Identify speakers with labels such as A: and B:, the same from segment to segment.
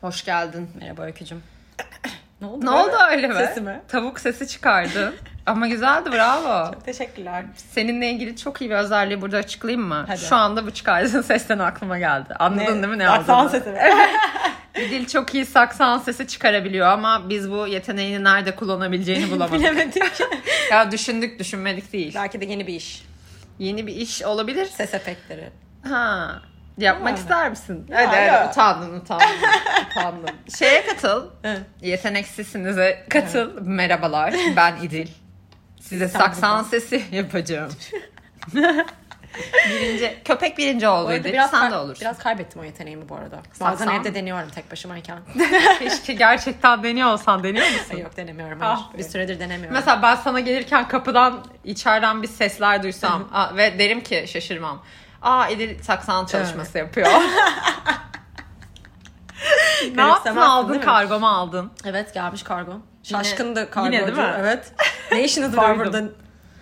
A: Hoş geldin.
B: Merhaba Öykücüm.
A: Ne
B: ne oldu? böyle?
A: oldu öyle mi?
B: Sesimi.
A: Tavuk sesi çıkardın. Ama güzeldi bravo.
B: Teşekkürler.
A: Seninle ilgili çok iyi bir özelliği burada açıklayayım mı?
B: Hadi.
A: Şu anda bu çıkardığın sesten aklıma geldi. Anladın değil mi ne
B: Aksan
A: olduğunu?
B: sesimi.
A: Bir dil çok iyi saksan sesi çıkarabiliyor ama biz bu yeteneğini nerede kullanabileceğini bulamadık.
B: Bilemedim ki.
A: ya düşündük düşünmedik değil.
B: Belki de yeni bir iş.
A: Yeni bir iş olabilir.
B: Ses efektleri.
A: Ha. Yapmak
B: Yani.
A: ister misin?
B: Ya,
A: Hadi
B: ya.
A: hadi utandın utandın. utandın. Şeye katıl.
B: Hı.
A: Yeteneksizsinize katıl. Merhabalar ben İdil. Size
B: İstanbul'da.
A: saksan sesi yapacağım. birinci, köpek birinci oldu İdil. Sen de
B: kay-
A: olursun.
B: Biraz kaybettim o yeteneğimi bu arada. Bazen
A: Saksan.
B: evde deniyorum tek başımayken.
A: Keşke gerçekten deniyor olsan deniyor musun?
B: Ay Yok denemiyorum.
A: Ah
B: hayır.
A: be.
B: bir süredir denemiyorum.
A: Mesela ben sana gelirken kapıdan içeriden bir sesler duysam a- ve derim ki şaşırmam. Aa İdil saksan çalışması yapıyor. ne yaptın
B: Garipsemezsin,
A: aldın
B: değil mi?
A: kargomu aldın.
B: Evet gelmiş kargo. Şaşkındı
A: yine
B: kargocu.
A: değil mi?
B: Evet. Ne işiniz var
A: Duydum.
B: burada?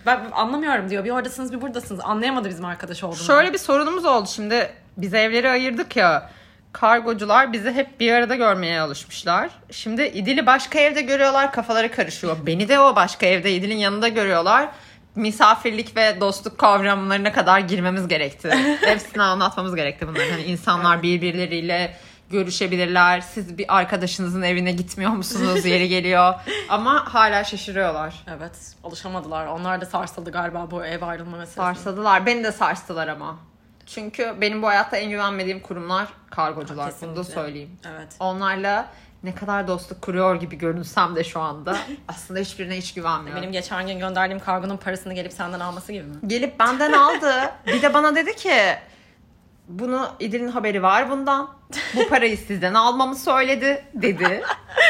B: Ben anlamıyorum diyor. Bir oradasınız bir buradasınız. Anlayamadı bizim arkadaş olduğumuzu.
A: Şöyle bir sorunumuz oldu şimdi. Biz evleri ayırdık ya. Kargocular bizi hep bir arada görmeye alışmışlar. Şimdi İdil'i başka evde görüyorlar kafaları karışıyor. Beni de o başka evde İdil'in yanında görüyorlar. Misafirlik ve dostluk kavramlarına kadar girmemiz gerekti. Hepsini anlatmamız gerekti bunların. Hani insanlar birbirleriyle görüşebilirler. Siz bir arkadaşınızın evine gitmiyor musunuz? Yeri geliyor. Ama hala şaşırıyorlar.
B: Evet. Alışamadılar. Onlar da sarsıldı galiba bu ev ayrılma meselesi.
A: Sarsadılar. Beni de sarstılar ama. Çünkü benim bu hayatta en güvenmediğim kurumlar kargocular. Bunu da
B: Kesinlikle.
A: söyleyeyim.
B: Evet.
A: Onlarla ne kadar dostluk kuruyor gibi görünsem de şu anda aslında hiçbirine hiç güvenmiyorum.
B: Benim geçen gün gönderdiğim kargonun parasını gelip senden alması gibi mi?
A: Gelip benden aldı. Bir de bana dedi ki bunu İdil'in haberi var bundan. Bu parayı sizden almamı söyledi dedi.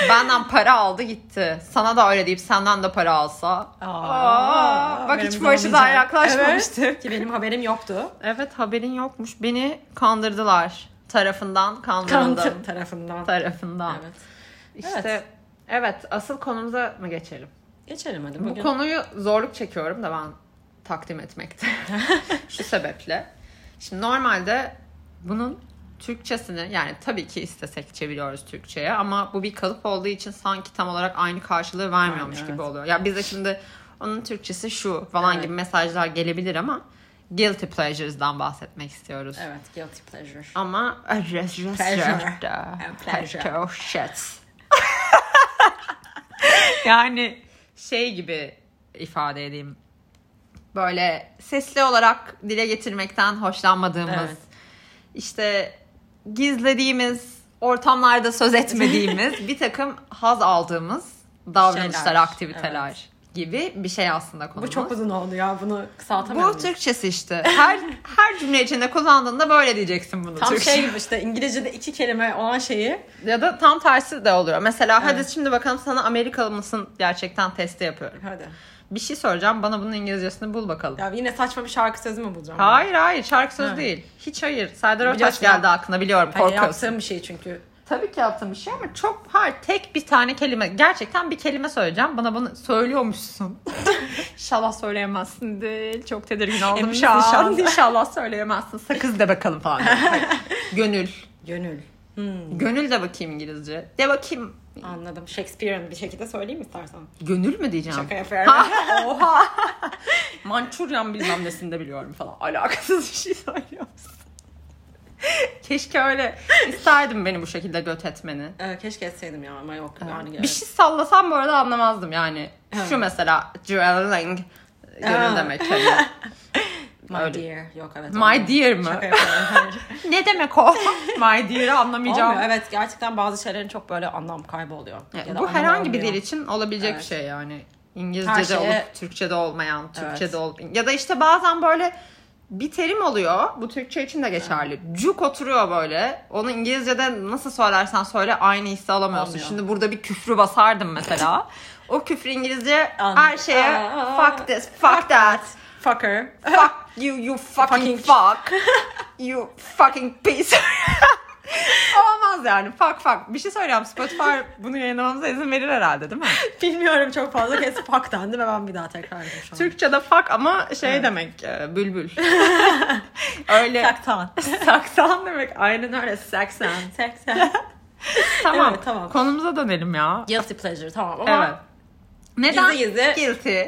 A: Benden para aldı gitti. Sana da öyle deyip senden de para alsa. Aa, bak hiç bu açıdan yaklaşmamıştım.
B: Evet, ki benim haberim yoktu.
A: Evet haberin yokmuş. Beni kandırdılar. Tarafından kandırıldım.
B: Kantin tarafından.
A: Tarafından.
B: Evet.
A: İşte evet.
B: Evet.
A: asıl konumuza mı geçelim?
B: Geçelim hadi bugün.
A: Bu konuyu zorluk çekiyorum da ben takdim etmekte. Şu sebeple. Şimdi normalde bunun Türkçesini yani tabii ki istesek çeviriyoruz Türkçe'ye ama bu bir kalıp olduğu için sanki tam olarak aynı karşılığı vermiyormuş
B: Aynen,
A: gibi
B: evet.
A: oluyor. Ya bize şimdi onun Türkçesi şu falan
B: Evet.
A: gibi mesajlar gelebilir ama guilty pleasures'dan bahsetmek istiyoruz.
B: Evet, guilty pleasure.
A: Ama pleasure.
B: Pleasure.
A: Pleasure. shit. yani şey gibi ifade edeyim. Böyle sesli olarak dile getirmekten hoşlanmadığımız,
B: Evet.
A: işte gizlediğimiz, ortamlarda söz etmediğimiz bir takım haz aldığımız davranışlar,
B: Şeyler,
A: aktiviteler gibi bir şey aslında konumuz.
B: Bu çok uzun oldu ya. Bunu kısaltamıyorum.
A: Bu Türkçesi işte. Her her cümle içinde kullandığında böyle diyeceksin bunu.
B: Tam
A: Türkçe.
B: şey gibi işte İngilizce'de iki kelime olan şeyi
A: Ya da tam tersi de oluyor. Mesela hadi şimdi bakalım sana Amerikalı mısın gerçekten testi yapıyorum.
B: hadi.
A: Bir şey soracağım bana bunun İngilizcesini bul bakalım.
B: Ya yine saçma bir şarkı sözü mü bulacağım?
A: Hayır hayır şarkı sözü
B: Ha.
A: değil. Hiç hayır. Serdar Ortaç
B: Biliyorsun
A: geldi
B: ya.
A: aklına biliyorum
B: Hayır,
A: korkuyorsun.
B: yaptığım bir şey çünkü.
A: Tabii ki yaptığım bir şey ama çok hayır tek bir tane kelime. Gerçekten bir kelime söyleyeceğim bana bunu söylüyormuşsun. inşallah söyleyemezsin değil. Çok tedirgin oldum
B: Emin
A: şu an.
B: misin şu
A: İnşallah,
B: anda?
A: söyleyemezsin. Sakız de bakalım falan. Hayır. Gönül.
B: Gönül.
A: Gönül de bakayım İngilizce. De bakayım.
B: Anladım. Shakespeare'ın bir şekilde söyleyeyim istersen.
A: Gönül mü diyeceğim?
B: Şaka yapıyorum.
A: Oha. Mançuryan bilmem nesinde biliyorum falan. Alakasız bir şey söylüyorsun. Keşke öyle. İsterdim beni bu şekilde göt etmeni.
B: Ee, keşke etseydim ya ama yok. Yani
A: Bir şey sallasam bu arada anlamazdım yani. Şu mesela dwelling gönül
B: Ha.
A: demek. hani.
B: My
A: Öyle.
B: dear. Yok evet.
A: My dear mı?
B: Şaka yapıyorum. Hayır.
A: ne demek o? My dear'ı anlamayacağım.
B: Olmuyor. Evet gerçekten bazı şeylerin çok böyle anlam kayboluyor.
A: Evet,
B: Ya da
A: bu
B: anlam
A: herhangi bir
B: olmuyor.
A: dil için olabilecek
B: Evet.
A: bir şey yani.
B: Her
A: İngilizce'de
B: şeye-
A: olup Türkçe'de olmayan, Türkçe'de
B: Evet.
A: olup ya da işte bazen böyle bir terim oluyor. Bu Türkçe için de geçerli. Cuk oturuyor böyle. Onu İngilizce'de nasıl söylersen söyle aynı hissi alamıyorsun.
B: Olmuyor.
A: Şimdi burada bir küfrü basardım mesela. o küfrü İngilizce
B: Anladım.
A: her şeye
B: Aa.
A: fuck this, fuck that,
B: Fucker.
A: fuck you, you fucking
B: Fucking.
A: fuck, you fucking piece. Olmaz yani. Fuck fuck. Bir şey söyleyeyim. Spotify bunu yayınlamamıza izin verir herhalde değil mi?
B: Bilmiyorum çok fazla kez fuck dendi ve ben bir daha tekrar edeyim şu an.
A: Türkçe'de fuck ama şey demek e, bülbül. Öyle
B: Taktan.
A: saksan demek. Aynen öyle saksan.
B: Seksen.
A: Tamam.
B: Evet, tamam.
A: Konumuza dönelim ya.
B: Guilty pleasure tamam ama
A: Evet. Neden?
B: gizli gizli
A: Guilty.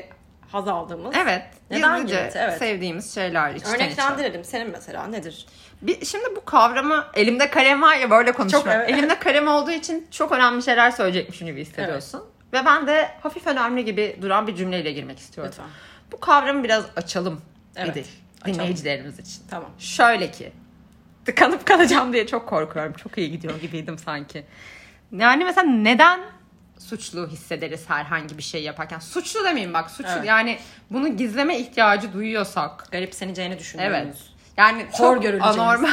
B: haz aldığımız.
A: Evet.
B: Neden
A: gizlice
B: guilty? Evet.
A: sevdiğimiz şeyler içten içe.
B: Örneklendirelim. Senin mesela nedir?
A: Bir, şimdi bu kavramı elimde kalem var ya böyle konuşuyorum.
B: evet.
A: Elimde kalem olduğu için çok önemli şeyler söyleyecekmişim gibi hissediyorsun. Ve ben de hafif önemli gibi duran bir cümleyle girmek istiyorum.
B: Lütfen.
A: Bu kavramı biraz açalım
B: Evet,
A: Edil,
B: açalım.
A: dinleyicilerimiz için.
B: Tamam.
A: Şöyle ki tıkanıp kalacağım diye çok korkuyorum. Çok iyi gidiyor gibiydim sanki. Yani mesela neden suçlu hissederiz herhangi bir şey yaparken? Suçlu demeyeyim bak suçlu
B: Evet.
A: yani bunu gizleme ihtiyacı duyuyorsak
B: Garipseneceğini düşünüyoruz.
A: Evet. Yani
B: Hor
A: çok
B: görüleceğiz.
A: anormal.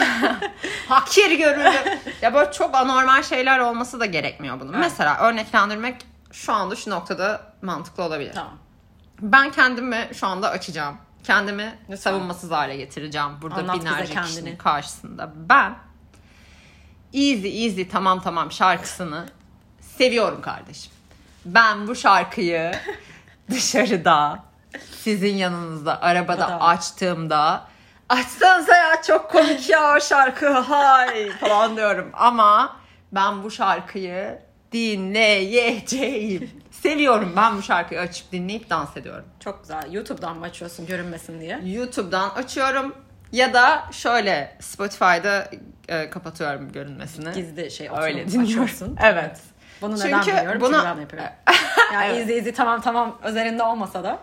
A: Hakir görüldü. ya böyle çok anormal şeyler olması da gerekmiyor bunun. Mesela örneklendirmek şu anda şu noktada mantıklı olabilir.
B: Tamam.
A: Ben kendimi şu anda açacağım. Kendimi
B: Lütfen.
A: savunmasız hale getireceğim. Burada
B: Anlat bize
A: binlerce kişinin
B: kendini.
A: karşısında. Ben Easy Easy Tamam Tamam şarkısını seviyorum kardeşim. Ben bu şarkıyı dışarıda sizin yanınızda arabada
B: Arabada.
A: açtığımda açsanıza ya çok komik ya şarkı hay falan diyorum ama ben bu şarkıyı dinleyeceğim. Seviyorum ben bu şarkıyı açıp dinleyip dans ediyorum.
B: Çok güzel. YouTube'dan mı açıyorsun görünmesin diye?
A: YouTube'dan açıyorum ya da şöyle Spotify'da e, kapatıyorum görünmesini.
B: Gizli şey
A: Öyle
B: oturup
A: dinliyorum.
B: açıyorsun.
A: Evet.
B: Bunu
A: Çünkü
B: neden biliyorum?
A: buna-
B: Çünkü ben de yapıyorum. Yani
A: Evet.
B: izi izi tamam tamam özelinde olmasa da.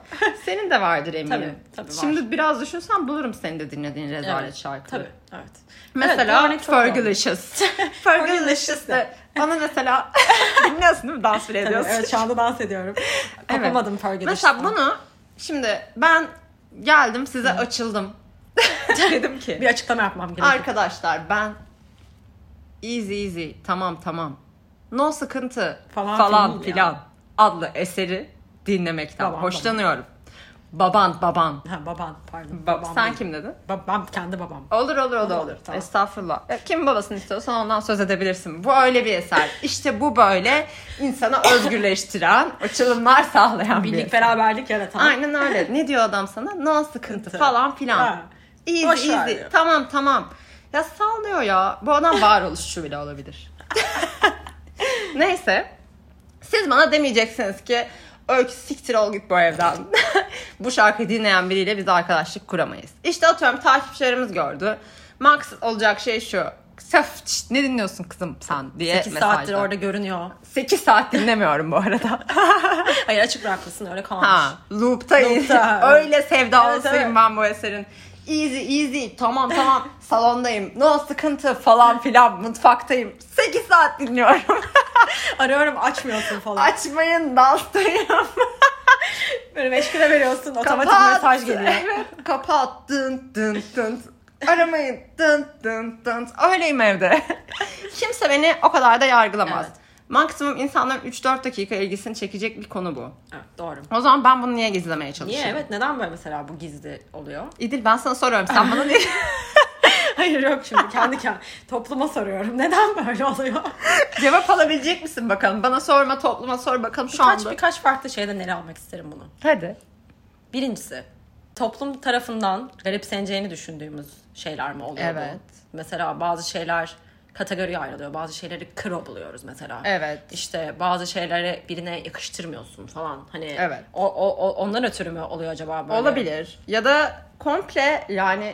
A: Senin de vardır eminim.
B: Tabii, tabii var.
A: Şimdi biraz düşünsen bulurum senin de dinlediğin rezalet şarkıları.
B: Tabii. Evet.
A: Mesela
B: Evet, bu örnek çok doğru.
A: Fergalicious. Fergalicious de. Bana mesela dinliyorsun değil mi? Dans bile
B: Tabii,
A: ediyorsun.
B: evet şu anda dans ediyorum.
A: Evet.
B: Kapamadım Fergalicious.
A: Mesela bunu şimdi ben geldim size açıldım. Dedim ki
B: bir açıklama yapmam gerekiyor.
A: arkadaşlar ben easy easy tamam tamam no sıkıntı
B: Falan
A: falan,
B: filan ya.
A: filan adlı eseri dinlemekten
B: Babam, babam.
A: hoşlanıyorum. Baban baban.
B: Ha, baban pardon.
A: Ba-
B: babam
A: Sen
B: değil.
A: kim dedin?
B: Babam kendi babam.
A: Olur olur o da
B: Olur,
A: olur.
B: tamam.
A: Estağfurullah. Ya, Kim babasını istiyorsan ondan söz edebilirsin. Bu öyle bir eser. İşte bu böyle insana özgürleştiren, açılımlar sağlayan bir
B: Birlik
A: eser.
B: beraberlik yaratan.
A: Aynen öyle. Ne diyor adam sana? No sıkıntı falan filan.
B: Ha.
A: Easy
B: Boş ver
A: easy.
B: diyor.
A: Tamam tamam. Ya sallıyor ya. Bu adam varoluşçu bile olabilir. Neyse. Siz bana demeyeceksiniz ki Öykü siktir ol git bu evden. bu şarkıyı dinleyen biriyle biz arkadaşlık kuramayız. İşte atıyorum takipçilerimiz gördü. Max olacak şey şu. Saf, şşt, ne dinliyorsun kızım sen diye
B: 8 saattir orada görünüyor.
A: 8 saat dinlemiyorum bu arada.
B: Hayır açık bırakmışsın öyle kalmış.
A: Ha, loop'tayız.
B: Loop'ta, evet.
A: Öyle sevdalısıyım
B: Evet, evet.
A: ben bu eserin. Easy easy tamam tamam salondayım. No sıkıntı falan filan mutfaktayım. 8 saat dinliyorum.
B: Arıyorum açmıyorsun falan.
A: Açmayın danstayım.
B: Böyle meşgule veriyorsun otomatik mesaj geliyor.
A: Evet, kapat. Dın dın dın. Aramayın. Dın dın dın. Öyleyim evde. Kimse beni o kadar da yargılamaz.
B: Evet.
A: Maksimum insanların 3-4 dakika ilgisini çekecek bir konu bu.
B: Evet, doğru. Şey.
A: O zaman ben bunu niye gizlemeye
B: Niye
A: çalışıyorum?
B: evet neden böyle mesela bu gizli oluyor?
A: İdil ben sana soruyorum sen bana niye?
B: Hayır yok şimdi kendi kendime topluma soruyorum. Neden böyle oluyor?
A: Cevap alabilecek misin bakalım? Bana sorma topluma sor bakalım şu
B: Kaç
A: anda.
B: birkaç farklı şeyden ele almak isterim bunu.
A: Hadi.
B: Birincisi toplum tarafından garipseneceğini düşündüğümüz şeyler mi oluyor
A: Evet.
B: bu? Mesela bazı şeyler kategoriye ayrılıyor. Bazı şeyleri kro buluyoruz mesela.
A: Evet.
B: İşte bazı şeyleri birine yakıştırmıyorsun falan. Hani
A: Evet.
B: o, o, o- ondan ötürü mü oluyor acaba böyle?
A: Olabilir. Ya da komple yani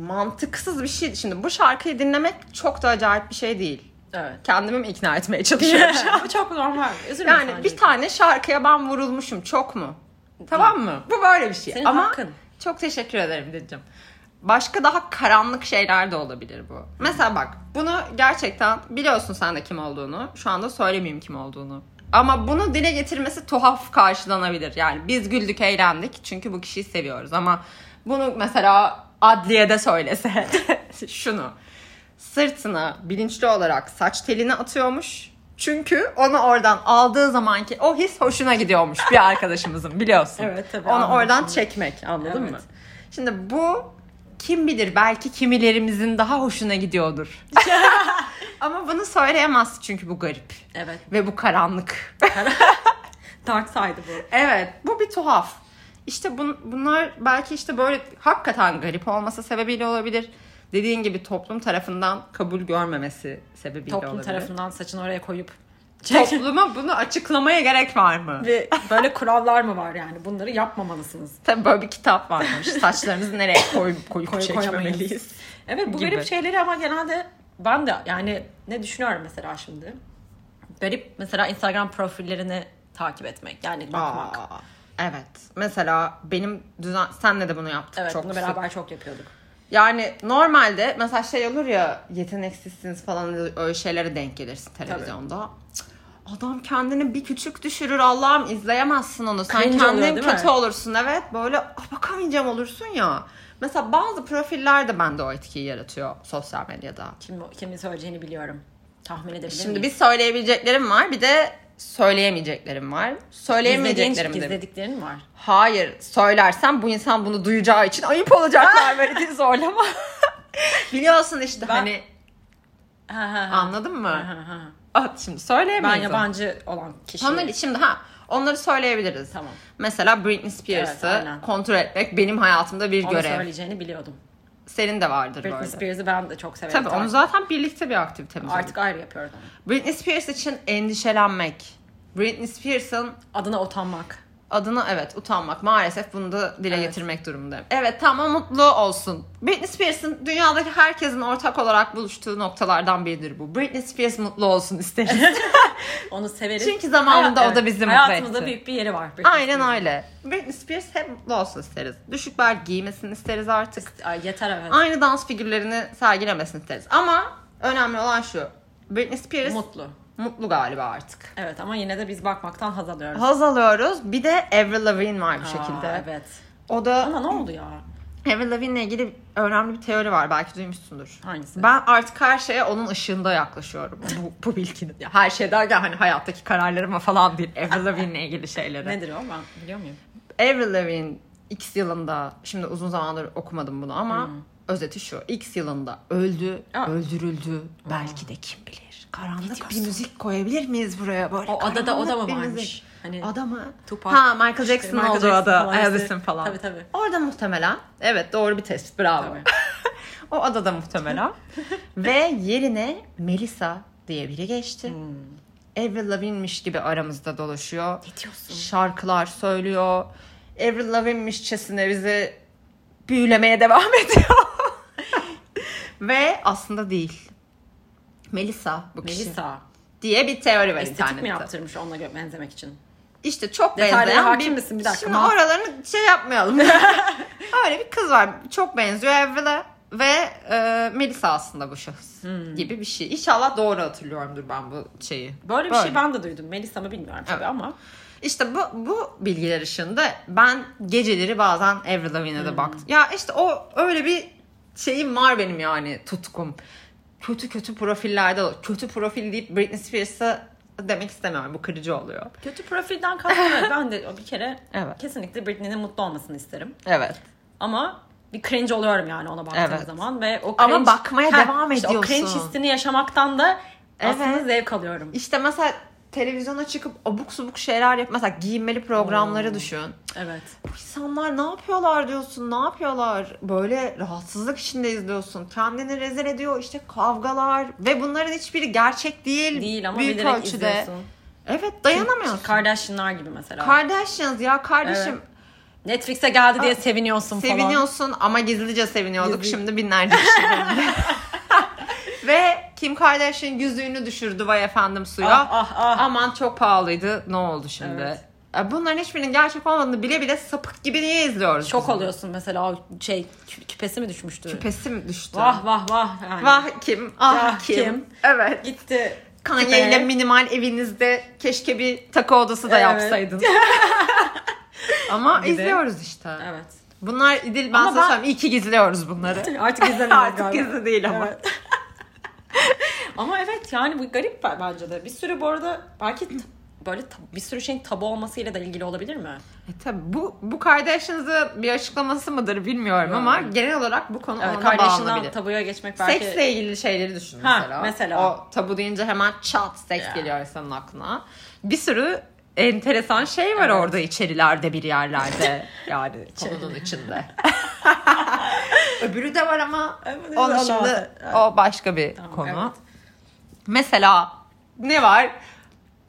A: mantıksız bir şey. Şimdi bu şarkıyı dinlemek çok da acayip bir şey değil.
B: Evet.
A: Kendimi ikna etmeye çalışıyorum.
B: bu çok normal. Üzülme
A: yani
B: sen
A: bir
B: Cenk.
A: tane şarkıya ben vurulmuşum çok mu? Tamam mı? Bu böyle bir şey.
B: Senin
A: Ama
B: hakkın.
A: çok teşekkür ederim dedim. Başka daha karanlık şeyler de olabilir bu. Mesela bak bunu gerçekten biliyorsun sen de kim olduğunu. Şu anda söylemeyeyim kim olduğunu. Ama bunu dile getirmesi tuhaf karşılanabilir. Yani biz güldük eğlendik çünkü bu kişiyi seviyoruz ama bunu mesela adliyede söylese şunu sırtına bilinçli olarak saç telini atıyormuş. Çünkü onu oradan aldığı zamanki o his hoşuna gidiyormuş bir arkadaşımızın biliyorsun.
B: Evet, tabii,
A: Onu
B: anladım
A: oradan
B: şimdi.
A: çekmek anladın
B: Evet.
A: mı? Şimdi bu kim bilir belki kimilerimizin daha hoşuna gidiyordur. Ama bunu söyleyemez çünkü bu garip
B: Evet.
A: ve bu karanlık.
B: Dark side bu.
A: evet bu bir tuhaf. İşte bun- bunlar belki işte böyle hakikaten garip olması sebebiyle olabilir. dediğin gibi toplum tarafından kabul görmemesi sebebiyle
B: Toplum
A: olabilir.
B: tarafından saçını oraya koyup
A: Topluma bunu açıklamaya gerek var mı?
B: Ve böyle kurallar mı var yani? Bunları yapmamalısınız.
A: Tabii böyle bir kitap varmış. Saçlarımızı nereye koy, koyup
B: Koy,
A: çekmemeliyiz.
B: koyamayız. Evet bu
A: Gibi.
B: garip şeyleri ama genelde ben de yani ne düşünüyorum mesela şimdi? Garip mesela Instagram profillerini takip etmek yani bakmak.
A: Aa, evet. Mesela benim düzen... Senle de bunu yaptık
B: evet
A: çok
B: bunu
A: sık.
B: beraber çok yapıyorduk.
A: Yani normalde mesela şey olur ya yeteneksizsiniz falan öyle şeylere denk gelirsin televizyonda. Cık, Adam kendini bir küçük düşürür Allah'ım izleyemezsin onu. Sen
B: Cringe oluyor,
A: kendin
B: değil mi?
A: kötü olursun evet böyle "Ah, bakamayacağım olursun ya. Mesela bazı profiller de bende o etkiyi yaratıyor sosyal medyada.
B: Kim, kimin söyleyeceğini biliyorum. Tahmin edebilir
A: Şimdi
B: miyim?
A: bir söyleyebileceklerim var bir de söyleyemeyeceklerim var.
B: Gizlediğin,
A: Söyleyemeyeceklerim de.
B: gizlediklerin var.
A: Hayır söylersem bu insan bunu duyacağı için ayıp olacaklar böyle diye zorlama. Biliyorsun işte hani
B: Ha, ha, ha.
A: Anladın mı?
B: Ha, ha, ha.
A: At şimdi
B: Ben
A: söyleyemeyiz. onu.
B: yabancı olan kişi.
A: Onları şimdi ha onları söyleyebiliriz.
B: Tamam.
A: Mesela Britney
B: Evet,
A: Spears'ı
B: aynen.
A: kontrol etmek benim hayatımda bir
B: Onu
A: görev.
B: söyleyeceğini biliyordum.
A: Senin de vardır
B: Britney
A: böyle.
B: Spears'ı ben de çok severim.
A: Tabii onu zaten birlikte bir aktivitemiz var.
B: Artık ayrı yapıyoruz onu.
A: Britney Spears için endişelenmek. Britney Spears'ın
B: Adına utanmak.
A: adına evet utanmak. Maalesef bunu da dile
B: Evet.
A: getirmek durumundayım. Evet tamam mutlu olsun. Britney Spears'ın dünyadaki herkesin ortak olarak buluştuğu noktalardan biridir bu. Britney Spears mutlu olsun isteriz.
B: Onu severiz.
A: Çünkü zamanında
B: Hayat-
A: o da bizim
B: Hayatımızda
A: etti.
B: büyük bir yeri var. Britney
A: Aynen öyle. Britney Spears hep mutlu olsun isteriz. Düşük bel giymesin isteriz artık.
B: Spears. Ay, yeter evet.
A: Aynı dans figürlerini sergilemesin isteriz. Ama önemli olan şu. Britney Spears
B: Mutlu.
A: mutlu galiba artık.
B: Evet ama yine de biz bakmaktan haz alıyoruz.
A: Haz alıyoruz. Bir de Avril Lavigne var bir
B: Aa,
A: şekilde.
B: evet.
A: O da
B: Ama ne oldu ya?
A: Avril Lavigne'le ilgili önemli bir teori var. Belki duymuşsundur.
B: Hangisi?
A: Ben artık her şeye onun ışığında yaklaşıyorum. Bu, bu bilginin. Ya Her şey derken hani hayattaki kararlarıma falan değil. Avril Lavigne'le ilgili şeylere.
B: Nedir o? Ben biliyor muyum?
A: Avril Lavigne X yılında şimdi uzun zamandır okumadım bunu ama özeti şu. X yılında öldü,
B: Hmm. Aa. Hmm.
A: öldürüldü. Belki de kim bilir. Karanlık bir müzik koyabilir miyiz buraya böyle?
B: O adada o da mı
A: karanlık bir
B: varmış?
A: müzik.
B: Hani
A: Ada mı?
B: Tupac,
A: ha Michael
B: işte
A: Jackson'ın
B: Michael
A: olduğu
B: Jackson
A: ada.
B: falan.
A: Ayadasın falan.
B: Tabii, tabii.
A: Orada muhtemelen. Evet doğru bir tespit. Bravo.
B: Tabii.
A: o adada muhtemelen. Ve yerine Melisa diye biri geçti. Avril Lavigne'miş gibi aramızda dolaşıyor
B: Hmm. Ne diyorsun?
A: şarkılar söylüyor. Avril Lavigne'mişçesine bizi büyülemeye devam ediyor. Ve aslında değil. Melisa bu kişi
B: Melisa.
A: diye şey. bir teori var
B: Estetik
A: internette.
B: mi yaptırmış onunla gö- benzemek için?
A: İşte çok
B: Detaylara
A: benzeyen
B: hakim misin? Bir dakika,
A: Şimdi
B: mantık-
A: oralarını şey yapmayalım. Öyle bir kız var. Çok benziyor Avril'e. Ve e, Melisa aslında bu şahıs
B: Hmm.
A: gibi bir şey. İnşallah doğru hatırlıyorumdur ben bu şeyi.
B: Böyle bir
A: Böyle.
B: şey ben de duydum. Melisa mı bilmiyorum tabii
A: Evet.
B: ama.
A: İşte bu bu bilgiler ışığında ben geceleri bazen Avril Lavigne'e
B: Hmm.
A: de baktım. Ya işte o öyle bir şeyim var benim yani tutkum. Kötü kötü profillerde kötü profil deyip Britney Spears'ı demek istemiyorum. Bu kırıcı oluyor.
B: Kötü profilden kastım evet. ben de bir kere
A: Evet.
B: kesinlikle Britney'nin mutlu olmasını isterim.
A: Evet.
B: Ama bir cringe oluyorum yani ona baktığım
A: Evet.
B: zaman ve o cringe,
A: Ama bakmaya devam
B: işte
A: ediyorsun.
B: o cringe hissini yaşamaktan da aslında
A: Evet.
B: zevk alıyorum.
A: İşte mesela televizyona çıkıp abuk subuk şeyler yap. Mesela giyinmeli programları düşün.
B: Evet.
A: Bu insanlar ne yapıyorlar diyorsun, ne yapıyorlar? Böyle rahatsızlık içinde izliyorsun. Kendini rezil ediyor işte kavgalar ve bunların hiçbiri gerçek değil.
B: Değil ama bilerek izliyorsun.
A: Evet dayanamıyorsun.
B: Kardashian'lar gibi mesela.
A: Kardashians ya kardeşim
B: Netflix'e geldi diye seviniyorsun falan.
A: Ah, seviniyorsun ama gizlice seviniyorduk
B: Gizli-
A: şimdi binlerce kişi görüyor. Ve Kim Kardashian yüzüğünü düşürdü vay efendim suya.
B: Ah ah ah.
A: Aman çok pahalıydı ne oldu şimdi?
B: Evet.
A: Ya Bunların hiçbirinin gerçek olmadığını bile bile sapık gibi niye izliyoruz?
B: Şok
A: biz?
B: oluyorsun mesela o şey kü- küpesi mi düşmüştü?
A: Küpesi mi düştü?
B: Vah vah vah. Yani.
A: Vah kim? Ah
B: Ah
A: kim?
B: kim?
A: Evet.
B: Gitti.
A: Kanye ile minimal evinizde keşke bir takı odası da
B: Evet.
A: yapsaydın. Ama
B: Bir de-
A: izliyoruz işte.
B: Evet.
A: Bunlar İdil ben
B: Ama
A: sana
B: ben-
A: söyleyeyim iyi ki gizliyoruz bunları.
B: Artık izlemiyorum
A: Artık
B: galiba.
A: gizli değil ama.
B: Evet. Ama evet yani bu garip b- bence de. Bir sürü bu arada belki t- böyle t- bir sürü şeyin tabu olmasıyla da ilgili olabilir mi?
A: E tabii bu bu kardeşinize bir açıklaması mıdır bilmiyorum
B: Yok.
A: ama genel olarak bu konu
B: Evet,
A: ona bağlı
B: Ee, kardeşinden
A: bile.
B: tabuya geçmek belki
A: Seksle ilgili şeyleri düşün
B: Ha,
A: mesela.
B: mesela.
A: O tabu deyince hemen çat seks
B: Ya.
A: geliyor insanın aklına. Bir sürü enteresan şey var
B: Evet.
A: orada içerilerde bir yerlerde. yani konunun içinde. Öbürü de var ama
B: Öbürü de
A: onu
B: var.
A: şimdi
B: Evet.
A: o başka bir
B: Tamam,
A: konu.
B: evet.
A: Mesela ne var?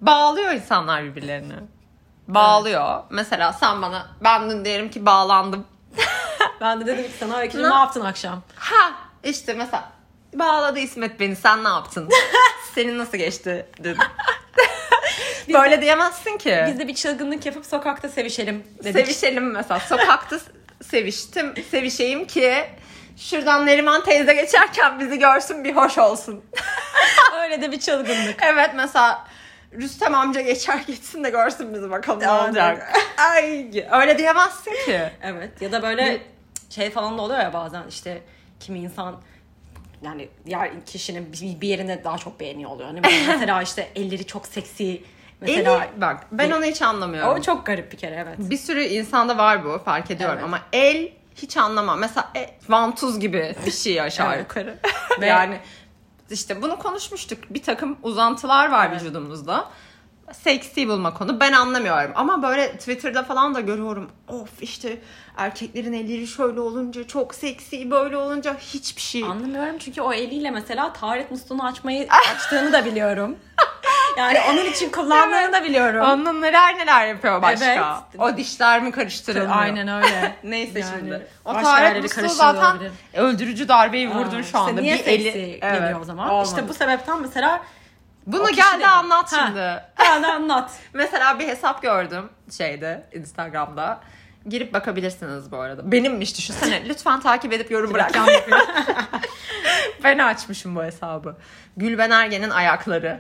A: Bağlıyor insanlar birbirlerini. Bağlıyor. Mesela sen bana ben dün diyelim ki bağlandım.
B: Ben de dedim ki sana "Öykücüğüm,
A: Ne-
B: ne yaptın akşam?
A: Ha işte mesela bağladı İsmet beni sen ne yaptın? Senin nasıl geçti dün? Böyle diyemezsin ki.
B: Biz de bir çılgınlık yapıp sokakta sevişelim dedik.
A: Sevişelim mesela. Sokakta seviştim. Sevişeyim ki şuradan Neriman teyze geçerken bizi görsün bir hoş olsun.
B: Öyle de bir çılgınlık.
A: Evet mesela Rüstem amca geçer geçsin de görsün bizi bakalım ne
B: Aynen.
A: olacak. Ay öyle diyemezsin ki.
B: Evet ya da böyle şey falan da oluyor ya bazen işte kimi insan yani diğer kişinin bir bir yerine daha çok beğeniyor oluyor. Hani mesela işte elleri çok seksi mesela.
A: Eli, bak ben onu hiç anlamıyorum.
B: O çok garip bir kere evet.
A: Bir sürü insanda var bu fark ediyorum
B: Evet.
A: ama el hiç anlamam. Mesela e, vantuz gibi bir şey aşağı
B: Evet.
A: yukarı.
B: Ve-
A: yani işte bunu konuşmuştuk. Bir takım uzantılar var
B: Evet.
A: vücudumuzda. Seksi bulma konu ben anlamıyorum ama böyle Twitter'da falan da görüyorum. Of işte erkeklerin elleri şöyle olunca çok seksi böyle olunca hiçbir şey.
B: Anlamıyorum çünkü o eliyle mesela taharet musluğunu açmayı açtığını da biliyorum. Yani onun için kullandığını da biliyorum.
A: Onun neler neler yapıyor başka.
B: Evet.
A: O dişler mi karıştırılıyor?
B: Aynen öyle.
A: Neyse
B: Yani
A: şimdi. O
B: başka
A: tarih
B: yerleri
A: musluğu
B: karıştırıyor
A: zaten
B: olabilir.
A: öldürücü darbeyi
B: Aa,
A: vurdun
B: işte
A: şu anda.
B: niye
A: bir
B: seksi
A: eli
B: geliyor
A: Evet,
B: o zaman?
A: olmadı.
B: İşte bu sebepten mesela o
A: Bunu
B: kişi
A: gel
B: de-
A: de anlat
B: Ha.
A: şimdi.
B: ben de anlat.
A: Mesela bir hesap gördüm şeyde Instagram'da. Girip bakabilirsiniz bu arada. Benimmiş düşünsene. Lütfen takip edip yorum bırak.
B: Reklam yapıyor.
A: ben açmışım bu hesabı. Gülben Ergen'in ayakları.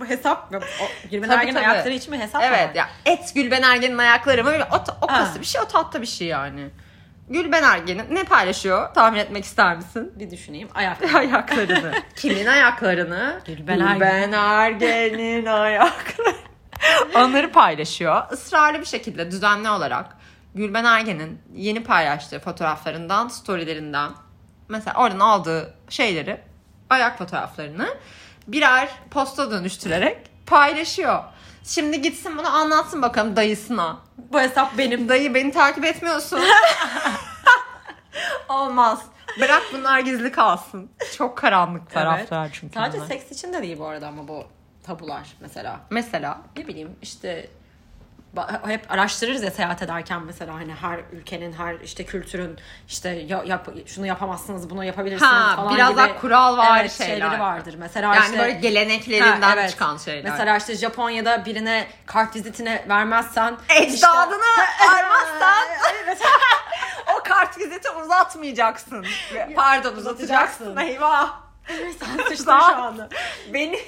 B: bu hesap mı? O, Girmen
A: Tabii,
B: Ergen'in
A: tabii.
B: ayakları için mi hesap mı?
A: Evet
B: var?
A: ya et Gülben Ergen'in ayakları mı? O, ta- o
B: Ha.
A: kası bir şey o tatlı bir şey yani. Gülben Ergen'in ne paylaşıyor? Tahmin etmek ister misin?
B: Bir düşüneyim. Ayak.
A: Ayaklarını. Kimin ayaklarını?
B: Gülben
A: Ergen. Ergen'in ayakları. Onları paylaşıyor. Israrlı bir şekilde düzenli olarak Gülben Ergen'in yeni paylaştığı fotoğraflarından, storylerinden mesela oradan aldığı şeyleri, ayak fotoğraflarını birer posta dönüştürerek paylaşıyor. Şimdi gitsin bunu anlatsın bakalım dayısına.
B: Bu hesap benim.
A: Dayı beni takip etmiyorsun. Olmaz. Bırak bunlar gizli kalsın. Çok karanlık taraflar
B: Evet.
A: çünkü.
B: Sadece
A: bunlar.
B: seks için de değil bu arada ama bu tabular mesela.
A: Mesela
B: Ne bileyim işte ba- hep araştırırız ya seyahat ederken mesela hani her ülkenin her işte kültürün işte ya- yap, şunu yapamazsınız bunu yapabilirsiniz
A: Ha,
B: falan
A: biraz
B: gibi
A: daha kural var
B: evet,
A: şeyler.
B: şeyleri vardır. Mesela
A: yani
B: işte
A: böyle geleneklerinden
B: Ha, evet.
A: çıkan şeyler.
B: Mesela işte Japonya'da birine kart vizitine vermezsen
A: ecdadını
B: vermezsen
A: o kart gazeti uzatmayacaksın. Ve- Pardon uzatacaksın.
B: uzatacaksın.
A: Eyvah.
B: şu anda.
A: Beni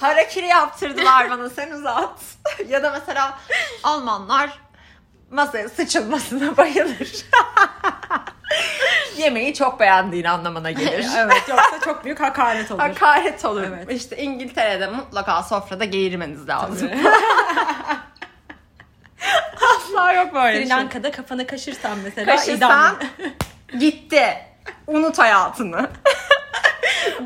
A: harakiri yaptırdılar bana sen uzat. ya da mesela Almanlar masaya sıçılmasına bayılır. Yemeği çok beğendiğin anlamına gelir.
B: evet yoksa çok büyük hakaret olur.
A: Hakaret olur.
B: Evet.
A: İşte İngiltere'de mutlaka sofrada geğirmeniz lazım. Asla yok böyle
B: Sri Lanka'da kafanı kaşırsan mesela
A: Kaşırsan
B: idam.
A: şey. gitti. Unut hayatını.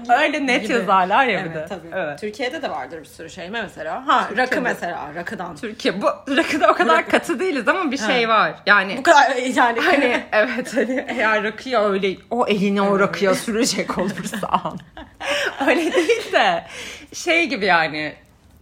A: Öyle net
B: gibi.
A: yazarlar ya bir de.
B: Evet tabii.
A: Evet.
B: Türkiye'de de vardır bir sürü şey mi mesela? Ha
A: Türkiye'de.
B: rakı mesela rakıdan.
A: Türkiye bu rakıda o kadar
B: Rakı.
A: katı değiliz ama bir şey var. Yani
B: Bu kadar yani
A: hani evet hani eğer rakıya öyle o elini o rakıya sürecek olursan öyle değil de şey gibi yani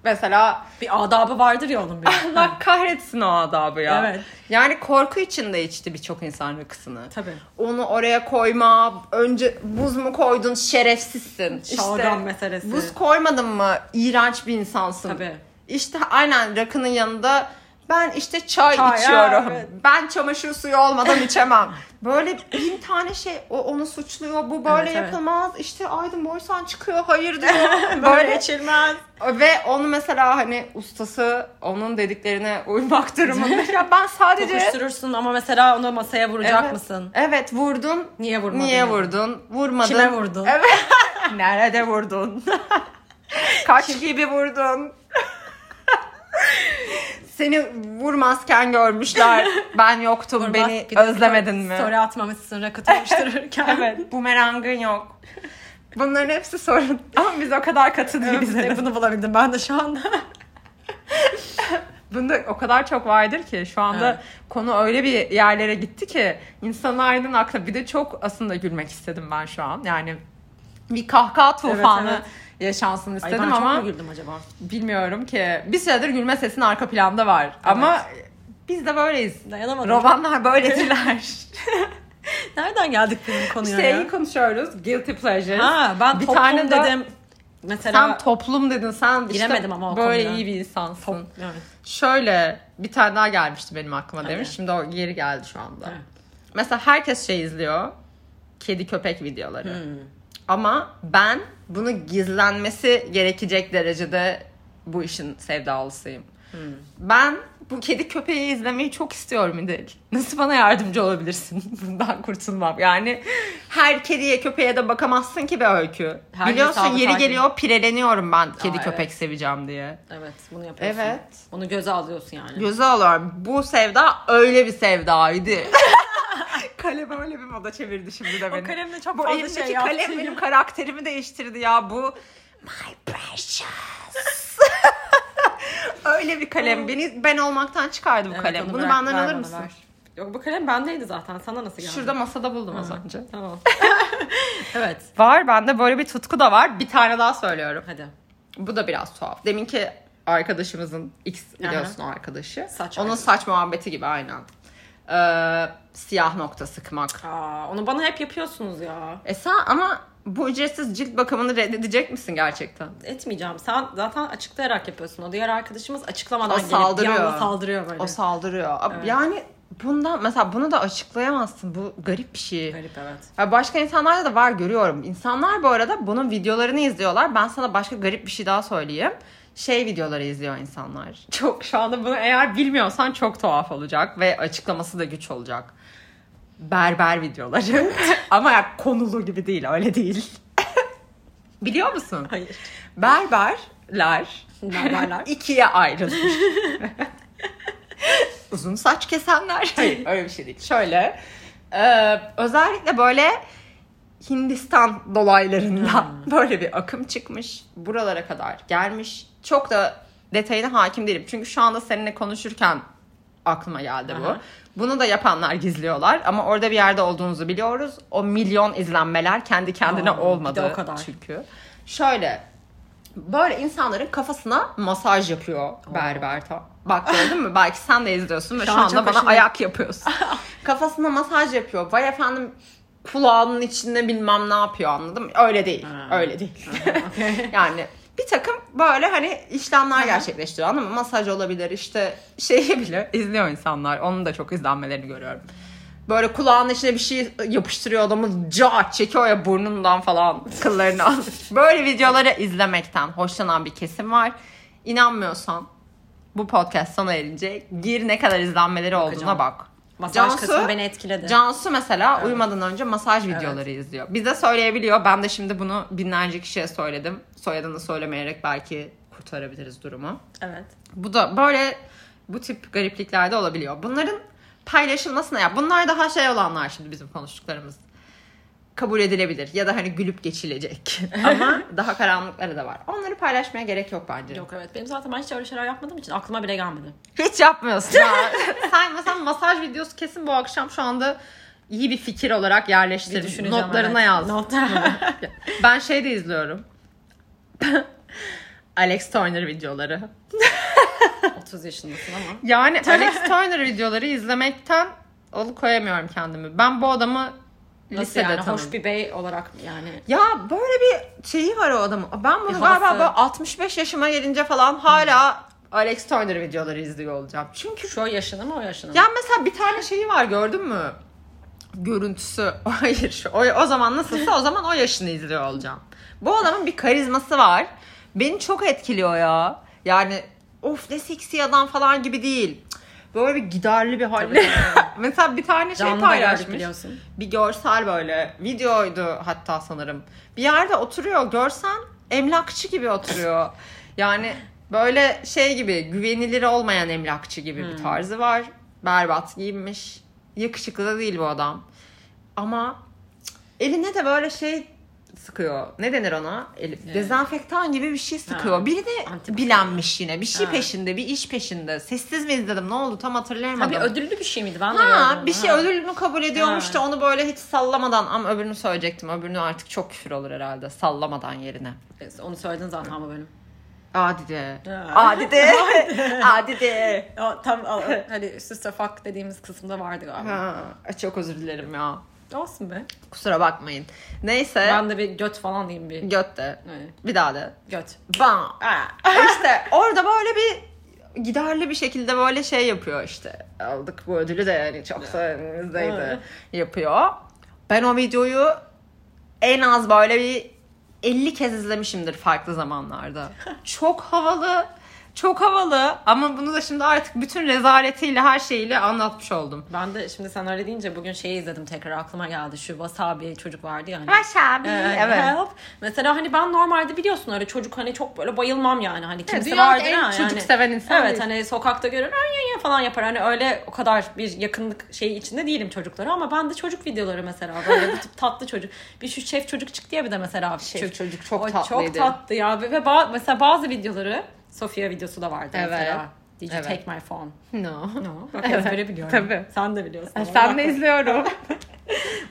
A: mesela
B: bir adabı vardır ya onun bir.
A: Allah kahretsin o adabı ya.
B: Evet.
A: Yani korku içinde içti birçok insan rakısını.
B: Tabii.
A: Onu oraya koyma, önce buz mu koydun şerefsizsin.
B: Şalgam meselesi.
A: Buz koymadın mı iğrenç bir insansın.
B: Tabii.
A: İşte aynen rakının yanında ben işte çay,
B: Çay,
A: içiyorum.
B: evet.
A: Ben çamaşır suyu olmadan içemem. Böyle bin tane şey o onu suçluyor. Bu böyle
B: Evet, evet.
A: yapılmaz. İşte Aydın Boysan çıkıyor. Hayır diyor.
B: Böyle şey içilmez.
A: Ve onu mesela hani ustası onun dediklerine uymak durumunda. ya ben sadece...
B: Kokuşturursun ama mesela onu masaya vuracak
A: Evet.
B: mısın?
A: Evet vurdun.
B: Niye vurmadın?
A: Niye
B: Yani?
A: vurdun? Vurmadın.
B: Kime vurdun?
A: Evet. Nerede vurdun? Kaç gibi vurdun? Seni vurmazken görmüşler. Ben yoktum.
B: Vurmaz.
A: Beni
B: Bir de
A: özlemedin
B: story-
A: mi?
B: Story atmamışsın rakı tutuştururken.
A: Evet. Bumerangın yok. Bunların hepsi sorun. Ama biz o kadar katı değiliz.
B: Biz de bunu bulabildim ben de şu anda.
A: Bunda o kadar çok vardır ki şu anda
B: Evet.
A: konu öyle bir yerlere gitti ki insanın aydın akla bir de çok aslında gülmek istedim ben şu an. Yani bir kahkaha tufanı
B: evet.
A: yaşansın
B: Ay,
A: istedim
B: ben
A: ama
B: çok mu güldüm acaba?
A: bilmiyorum ki. Bir süredir gülme sesinin arka planda var ama biz de böyleyiz.
B: Dayanamadım.
A: Romanlar böyledirler.
B: Nereden geldik bu konuya
A: Şeyi
B: ya?
A: konuşuyoruz. Guilty pleasures.
B: Ha ben
A: Bir
B: bir toplum
A: tane daha-
B: dedim. Mesela
A: Sen toplum dedin. Sen işte
B: Giremedim ama o
A: böyle
B: konuya.
A: iyi bir insansın.
B: Top- evet.
A: Şöyle bir tane daha gelmişti benim aklıma
B: Hadi.
A: demiş. Şimdi o geri geldi şu anda.
B: Evet.
A: Mesela herkes şey izliyor. Kedi köpek videoları.
B: Hmm.
A: Ama ben bunu gizlenmesi gerekecek derecede bu işin sevdalısıyım.
B: Hmm.
A: Ben bu kedi köpeği izlemeyi çok istiyorum İdil. Nasıl bana yardımcı olabilirsin? Bundan kurtulmam. Yani her kediye köpeğe de bakamazsın ki be öykü.
B: Her
A: Biliyorsun
B: hesabı
A: yeri
B: takip-
A: geliyor pireleniyorum ben kedi
B: Aa,
A: köpek seveceğim diye.
B: evet bunu yapıyorsun.
A: Evet.
B: Bunu göze alıyorsun yani.
A: Göze alıyorum. Bu sevda öyle bir sevdaydı. kalem öyle bir moda çevirdi şimdi de beni.
B: kalemle çok
A: Bu
B: fazla
A: elimdeki
B: şey yaptı
A: kalem
B: ya.
A: benim karakterimi değiştirdi ya bu. My precious. öyle bir kalem. Beni ben olmaktan çıkardı bu
B: Evet,
A: kalem.
B: onu
A: Bunu
B: ver-
A: benden
B: ver
A: alır
B: bana,
A: mısın?
B: ver. Yok bu kalem bendeydi zaten. Sana nasıl geldi?
A: Şurada masada buldum az önce.
B: Tamam. evet.
A: Var bende böyle bir tutku da var. Bir tane daha söylüyorum.
B: Hadi.
A: Bu da biraz tuhaf. Deminki arkadaşımızın X biliyorsun o arkadaşı.
B: Saç
A: Onun
B: arkadaşı.
A: saç muhabbeti gibi aynen. Ee, siyah nokta sıkmak.
B: Aa, onu bana hep yapıyorsunuz ya.
A: E sen ama bu ücretsiz cilt bakımını reddedecek misin gerçekten?
B: Etmeyeceğim. Sen zaten açıklayarak yapıyorsun. O diğer arkadaşımız
A: O
B: açıklamadan gelip
A: saldırıyor.
B: bir anda saldırıyor böyle.
A: O saldırıyor. Ab- Yani bundan mesela bunu da açıklayamazsın. Bu garip bir şey.
B: Garip evet.
A: Ya başka insanlarda da var görüyorum. İnsanlar bu arada bunun videolarını izliyorlar. Ben sana başka garip bir şey daha söyleyeyim. Şey videoları izliyor insanlar. Çok şu anda bunu eğer bilmiyorsan çok tuhaf olacak ve açıklaması da güç olacak. Berber videoları. Ama ya konulu gibi değil, öyle değil. Biliyor musun?
B: Hayır.
A: Berberler
B: Berberler.
A: ikiye ayrılır. Uzun saç kesenler. Hayır öyle bir şey değil. Şöyle e, özellikle böyle Hindistan dolaylarında
B: Hmm.
A: böyle bir akım çıkmış. Buralara kadar gelmiş. Çok da detayına hakim değilim. Çünkü şu anda seninle konuşurken aklıma geldi bu.
B: Aha.
A: Bunu da yapanlar gizliyorlar ama orada bir yerde olduğunuzu biliyoruz. O milyon izlenmeler kendi kendine
B: Aa, bir de
A: olmadı
B: o kadar.
A: çünkü. Şöyle böyle insanların kafasına masaj yapıyor berber. tam. Bak gördün mü? Belki sen de izliyorsun ve şu,
B: Şu an
A: anda
B: çok
A: bana
B: hoşuma-
A: ayak yapıyorsun. kafasına masaj yapıyor. Vay efendim kulağının içinde bilmem ne yapıyor anladın mı? Öyle değil.
B: Ha.
A: Öyle değil. yani bir takım böyle hani işlemler gerçekleştiriyor anladın mı? Masaj olabilir işte şeyi bile izliyor insanlar. Onun da çok izlenmelerini görüyorum. Böyle kulağının içine bir şey yapıştırıyor adamı caat çekiyor ya burnundan falan kıllarını. böyle videoları izlemekten hoşlanan bir kesim var. İnanmıyorsan bu podcast sona erince gir ne kadar izlenmeleri olduğuna bak.
B: Masaj
A: Cansu-
B: kısmı beni etkiledi.
A: Cansu mesela uyumadan önce masaj videoları izliyor. Bize söyleyebiliyor. Ben de şimdi bunu binlerce kişiye söyledim. Soyadını söylemeyerek belki kurtarabiliriz durumu.
B: Evet.
A: Bu da böyle bu tip garipliklerde olabiliyor. Bunların paylaşılmasına ya bunlar daha şey olanlar şimdi bizim konuştuklarımız kabul edilebilir ya da hani gülüp geçilecek ama daha karanlıkları da var. Onları paylaşmaya gerek yok bence.
B: Yok evet. Benim zaten ben hiç öyle şeyler yapmadığım için aklıma bile gelmedi.
A: Hiç yapmıyorsun ya. Sen mesela masaj videosu kesin bu akşam şu anda iyi bir fikir olarak
B: Bir
A: yerleştir.
B: düşüneceğim.
A: Notlarına
B: evet.
A: yaz.
B: Notlar.
A: Ben şey de izliyorum. Alex Turner videoları.
B: 30 yaşındasın ama.
A: Yani Alex Turner videoları izlemekten alıkoyamıyorum kendimi. Ben bu adamı
B: Nasıl
A: lisede
B: yani?
A: tanıdım.
B: Hoş bir bey olarak mı yani.
A: Ya böyle bir şeyi var o adamın. Ben bunu
B: Bir
A: galiba
B: havası.
A: böyle 65 yaşıma gelince falan hala Alex Turner videoları izliyor olacağım. Çünkü
B: Şu yaşını mı o yaşını mı?
A: Ya mesela bir tane şeyi var gördün mü? Görüntüsü. Hayır. şu- O, o zaman nasılsa o zaman o yaşını izliyor olacağım. Bu adamın bir karizması var. Beni çok etkiliyor ya. Yani of ne seksi adam falan gibi değil. Böyle bir giderli bir hali. mesela bir tane şey
B: Canlı da gördük
A: paylaşmış.
B: biliyorsun.
A: Bir görsel böyle. Videoydu hatta sanırım. Bir yerde oturuyor. Görsen emlakçı gibi oturuyor. Yani böyle şey gibi güvenilir olmayan emlakçı gibi
B: Hmm.
A: bir tarzı var. Berbat giyinmiş. Yakışıklı da değil bu adam. Ama cık, eline de böyle şey sıkıyor. Ne denir ona? Elif. Dezenfektan gibi bir şey sıkıyor.
B: Ee, Ha.
A: Biri de
B: Antibiyotik.
A: bilenmiş yine. Bir şey
B: Ha.
A: peşinde, bir iş peşinde. Sessiz mi izledim? Ne oldu? Tam hatırlayamadım.
B: Tabii ödüllü bir şey miydi? Ben de
A: Ha,
B: gördüm.
A: bir şey
B: Ha.
A: ödülünü kabul ediyormuş
B: Ha.
A: da onu böyle hiç sallamadan ama öbürünü söyleyecektim. Öbürünü artık çok küfür olur herhalde. Sallamadan yerine.
B: Evet, Onu söyledin zaten ama benim.
A: Adide.
B: Ha.
A: Adide. Adide.
B: Ya, tam a- a- hani sister fuck dediğimiz kısımda vardı galiba.
A: Ha, çok özür dilerim ya.
B: Olsun be.
A: Kusura bakmayın. Neyse.
B: Ben de bir göt falan diyeyim bir.
A: Göt de.
B: Evet,
A: Bir daha de.
B: Göt.
A: Bam. işte orada böyle bir giderli bir şekilde böyle şey yapıyor işte. Aldık bu ödülü de yani çok sayenizde yapıyor. Ben o videoyu en az böyle bir 50 kez izlemişimdir farklı zamanlarda. Çok havalı. Çok havalı ama bunu da şimdi artık bütün rezaletiyle her şeyiyle anlatmış oldum.
B: Ben de şimdi sen öyle deyince bugün şeyi izledim tekrar aklıma geldi. Şu Wasabi çocuk vardı ya. Hani.
A: Başa
B: Ee,
A: evet.
B: help. Mesela hani ben normalde biliyorsun öyle çocuk hani çok böyle bayılmam yani hani kimse
A: dünyada
B: vardır
A: en
B: ha
A: çocuk
B: yani.
A: seven insan
B: Evet
A: değil.
B: hani sokakta görür "Ay, ay, ay" falan yapar hani öyle o kadar bir yakınlık şeyi içinde değilim çocuklara ama ben de çocuk videoları mesela böyle bu tip tatlı çocuk bir şu şef çocuk çıktı ya bir de mesela şef
A: çocuk çok
B: çok
A: tatlıydı.
B: tatlı ya ve, ve ba- mesela bazı videoları Sofia videosu da vardı
A: Evet.
B: mesela Did you
A: Evet.
B: take my phone?
A: No.
B: No. Bak ezbere biliyorum.
A: Tabii.
B: Sen de biliyorsun.
A: Sen de izliyorum.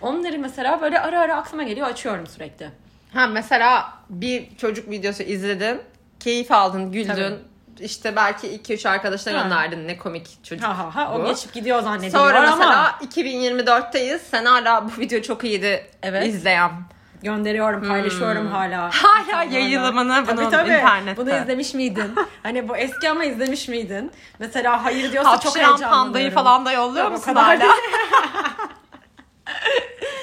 B: Onları mesela böyle ara ara aklıma geliyor açıyorum sürekli.
A: Ha mesela bir çocuk videosu izledin, keyif aldın, güldün. İşte belki 2-3 arkadaşına
B: Ha.
A: gönderdin ne komik çocuk.
B: Ha ha ha o
A: bu.
B: geçip gidiyor zannediyor
A: Sonra
B: ama
A: mesela 2024'teyiz. Sen hala bu video çok iyiydi
B: Evet.
A: izleyen.
B: gönderiyorum paylaşıyorum hala.
A: Hala Hmm. yayılımını
B: Tabii
A: bunun
B: tabii.
A: internette.
B: Bunu izlemiş miydin? hani bu eski ama izlemiş miydin? Mesela hayır diyorsa çok
A: Hapşıran
B: heyecanlanıyorum.
A: pandayı falan da yolluyor
B: Yok, o
A: musun
B: kadar
A: hala?
B: değil.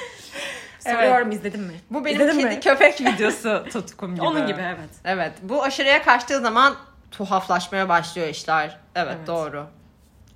B: Soruyorum izledin mi?
A: Bu benim
B: İzledin
A: kedi
B: mi?
A: köpek videosu tutkum gibi.
B: Onun gibi evet.
A: Evet. Bu aşırıya kaçtığı zaman tuhaflaşmaya başlıyor işler. evet.
B: Evet.
A: doğru.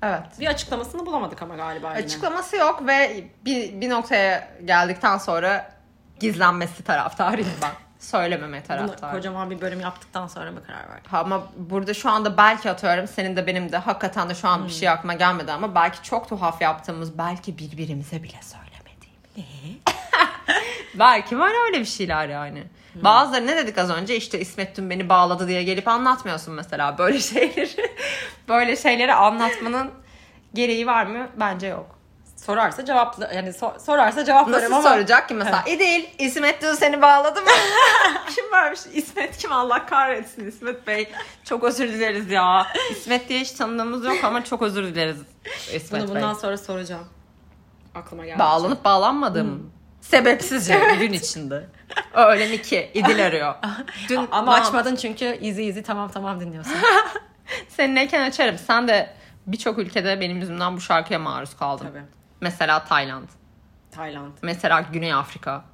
A: Evet.
B: Bir açıklamasını bulamadık ama galiba yine.
A: Açıklaması yok ve bir, bir noktaya geldikten sonra gizlenmesi taraftarıyım ben. Söylememe
B: Bunu
A: taraftarıyım.
B: kocaman bir bölüm yaptıktan sonra mı karar verdik?
A: Ha, Ama burada şu anda belki atıyorum senin de benim de hakikaten de şu an bir şey aklıma gelmedi ama belki çok tuhaf yaptığımız belki birbirimize bile söylemediğimiz. belki var öyle bir şeyler yani. Bazıları ne dedik az önce işte İsmet dün beni bağladı diye gelip anlatmıyorsun mesela böyle şeyleri. böyle şeyleri anlatmanın gereği var mı? Bence yok.
B: Sorarsa cevapla yani so- sorarsa cevaplarım
A: Nasıl
B: ama.
A: soracak ki mesela? İdil, İsmet dün seni bağladı mı? kim varmış? İsmet kim? Allah kahretsin İsmet Bey. Çok özür dileriz ya. İsmet diye hiç tanıdığımız yok ama çok özür dileriz İsmet
B: Bunu
A: Bey.
B: bundan sonra soracağım. Aklıma geldi.
A: Bağlanıp bağlanmadım.
B: Hmm.
A: Sebepsizce gün içinde. Öğlen iki. İdil arıyor. Dün
B: Ama
A: ne
B: açmadın çünkü izi izi tamam tamam dinliyorsun.
A: Seninleyken açarım. Sen de birçok ülkede benim yüzümden bu şarkıya maruz kaldın.
B: Tabii.
A: Mesela Tayland.
B: Tayland.
A: Mesela Güney Afrika.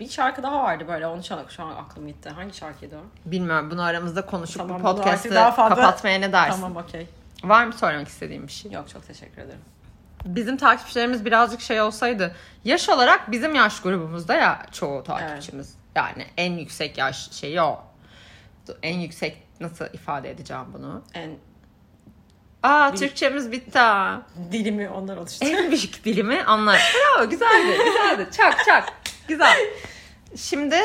B: Bir şarkı daha vardı böyle onu çalak şu an aklım gitti. Hangi şarkıydı o?
A: Bilmiyorum bunu aramızda konuşup
B: Tamam,
A: bu
B: bunu artık
A: podcast'ı
B: daha fazla-
A: kapatmaya ne dersin?
B: Tamam okey.
A: Var mı söylemek istediğim bir şey?
B: Yok çok teşekkür ederim.
A: Bizim takipçilerimiz birazcık şey olsaydı. Yaş olarak bizim yaş grubumuzda ya çoğu takipçimiz. Yani en yüksek yaş şeyi o. En yüksek nasıl ifade edeceğim bunu?
B: En
A: Aa Türkçemiz bitti ha.
B: dilimi onlar oluştu.
A: En büyük dilimi anlar. Bravo güzeldi güzeldi. Çak çak. Güzel. Şimdi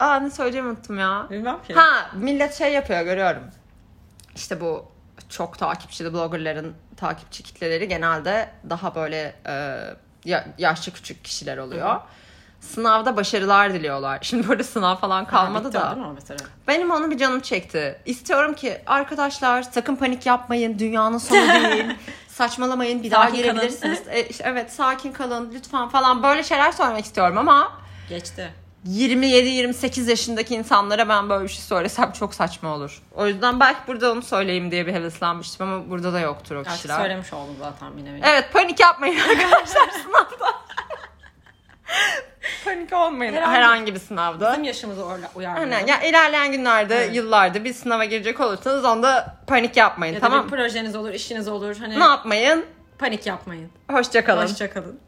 A: aa ne söyleyeceğimi unuttum ya.
B: Bilmem ki.
A: Ha millet şey yapıyor görüyorum. İşte bu çok takipçili bloggerların takipçi kitleleri genelde daha böyle e, ya- yaşça küçük kişiler oluyor. Sınavda başarılar diliyorlar. Şimdi böyle sınav falan kalmadı
B: Bitti o
A: da.
B: değil mi o mesela?
A: Benim onu bir canım çekti. İstiyorum ki arkadaşlar sakın panik yapmayın. Dünyanın sonu değil. Saçmalamayın bir daha
B: Sakin kalın.
A: gelebilirsiniz. E, işte evet sakin kalın lütfen falan böyle şeyler söylemek istiyorum ama
B: Geçti.
A: 27-28 yaşındaki insanlara ben böyle bir şey söylesem çok saçma olur. O yüzden belki burada onu söyleyeyim diye bir heveslenmiştim ama burada da yoktur o
B: Artık
A: kişiler.
B: söylemiş oldum zaten yine.
A: Evet panik yapmayın arkadaşlar sınavda. panik olmayın herhangi,
B: Herhangi-
A: bir sınavda.
B: Bizim yaşımızı orla- uyarmıyor.
A: Aynen. Ya ilerleyen günlerde,
B: Evet.
A: yıllarda bir sınava girecek olursanız onda panik yapmayın.
B: Ya da
A: tamam.
B: bir
A: mı?
B: projeniz olur, işiniz olur. Hani
A: Ne yapmayın?
B: panik yapmayın.
A: Hoşça kalın.
B: Hoşçakalın.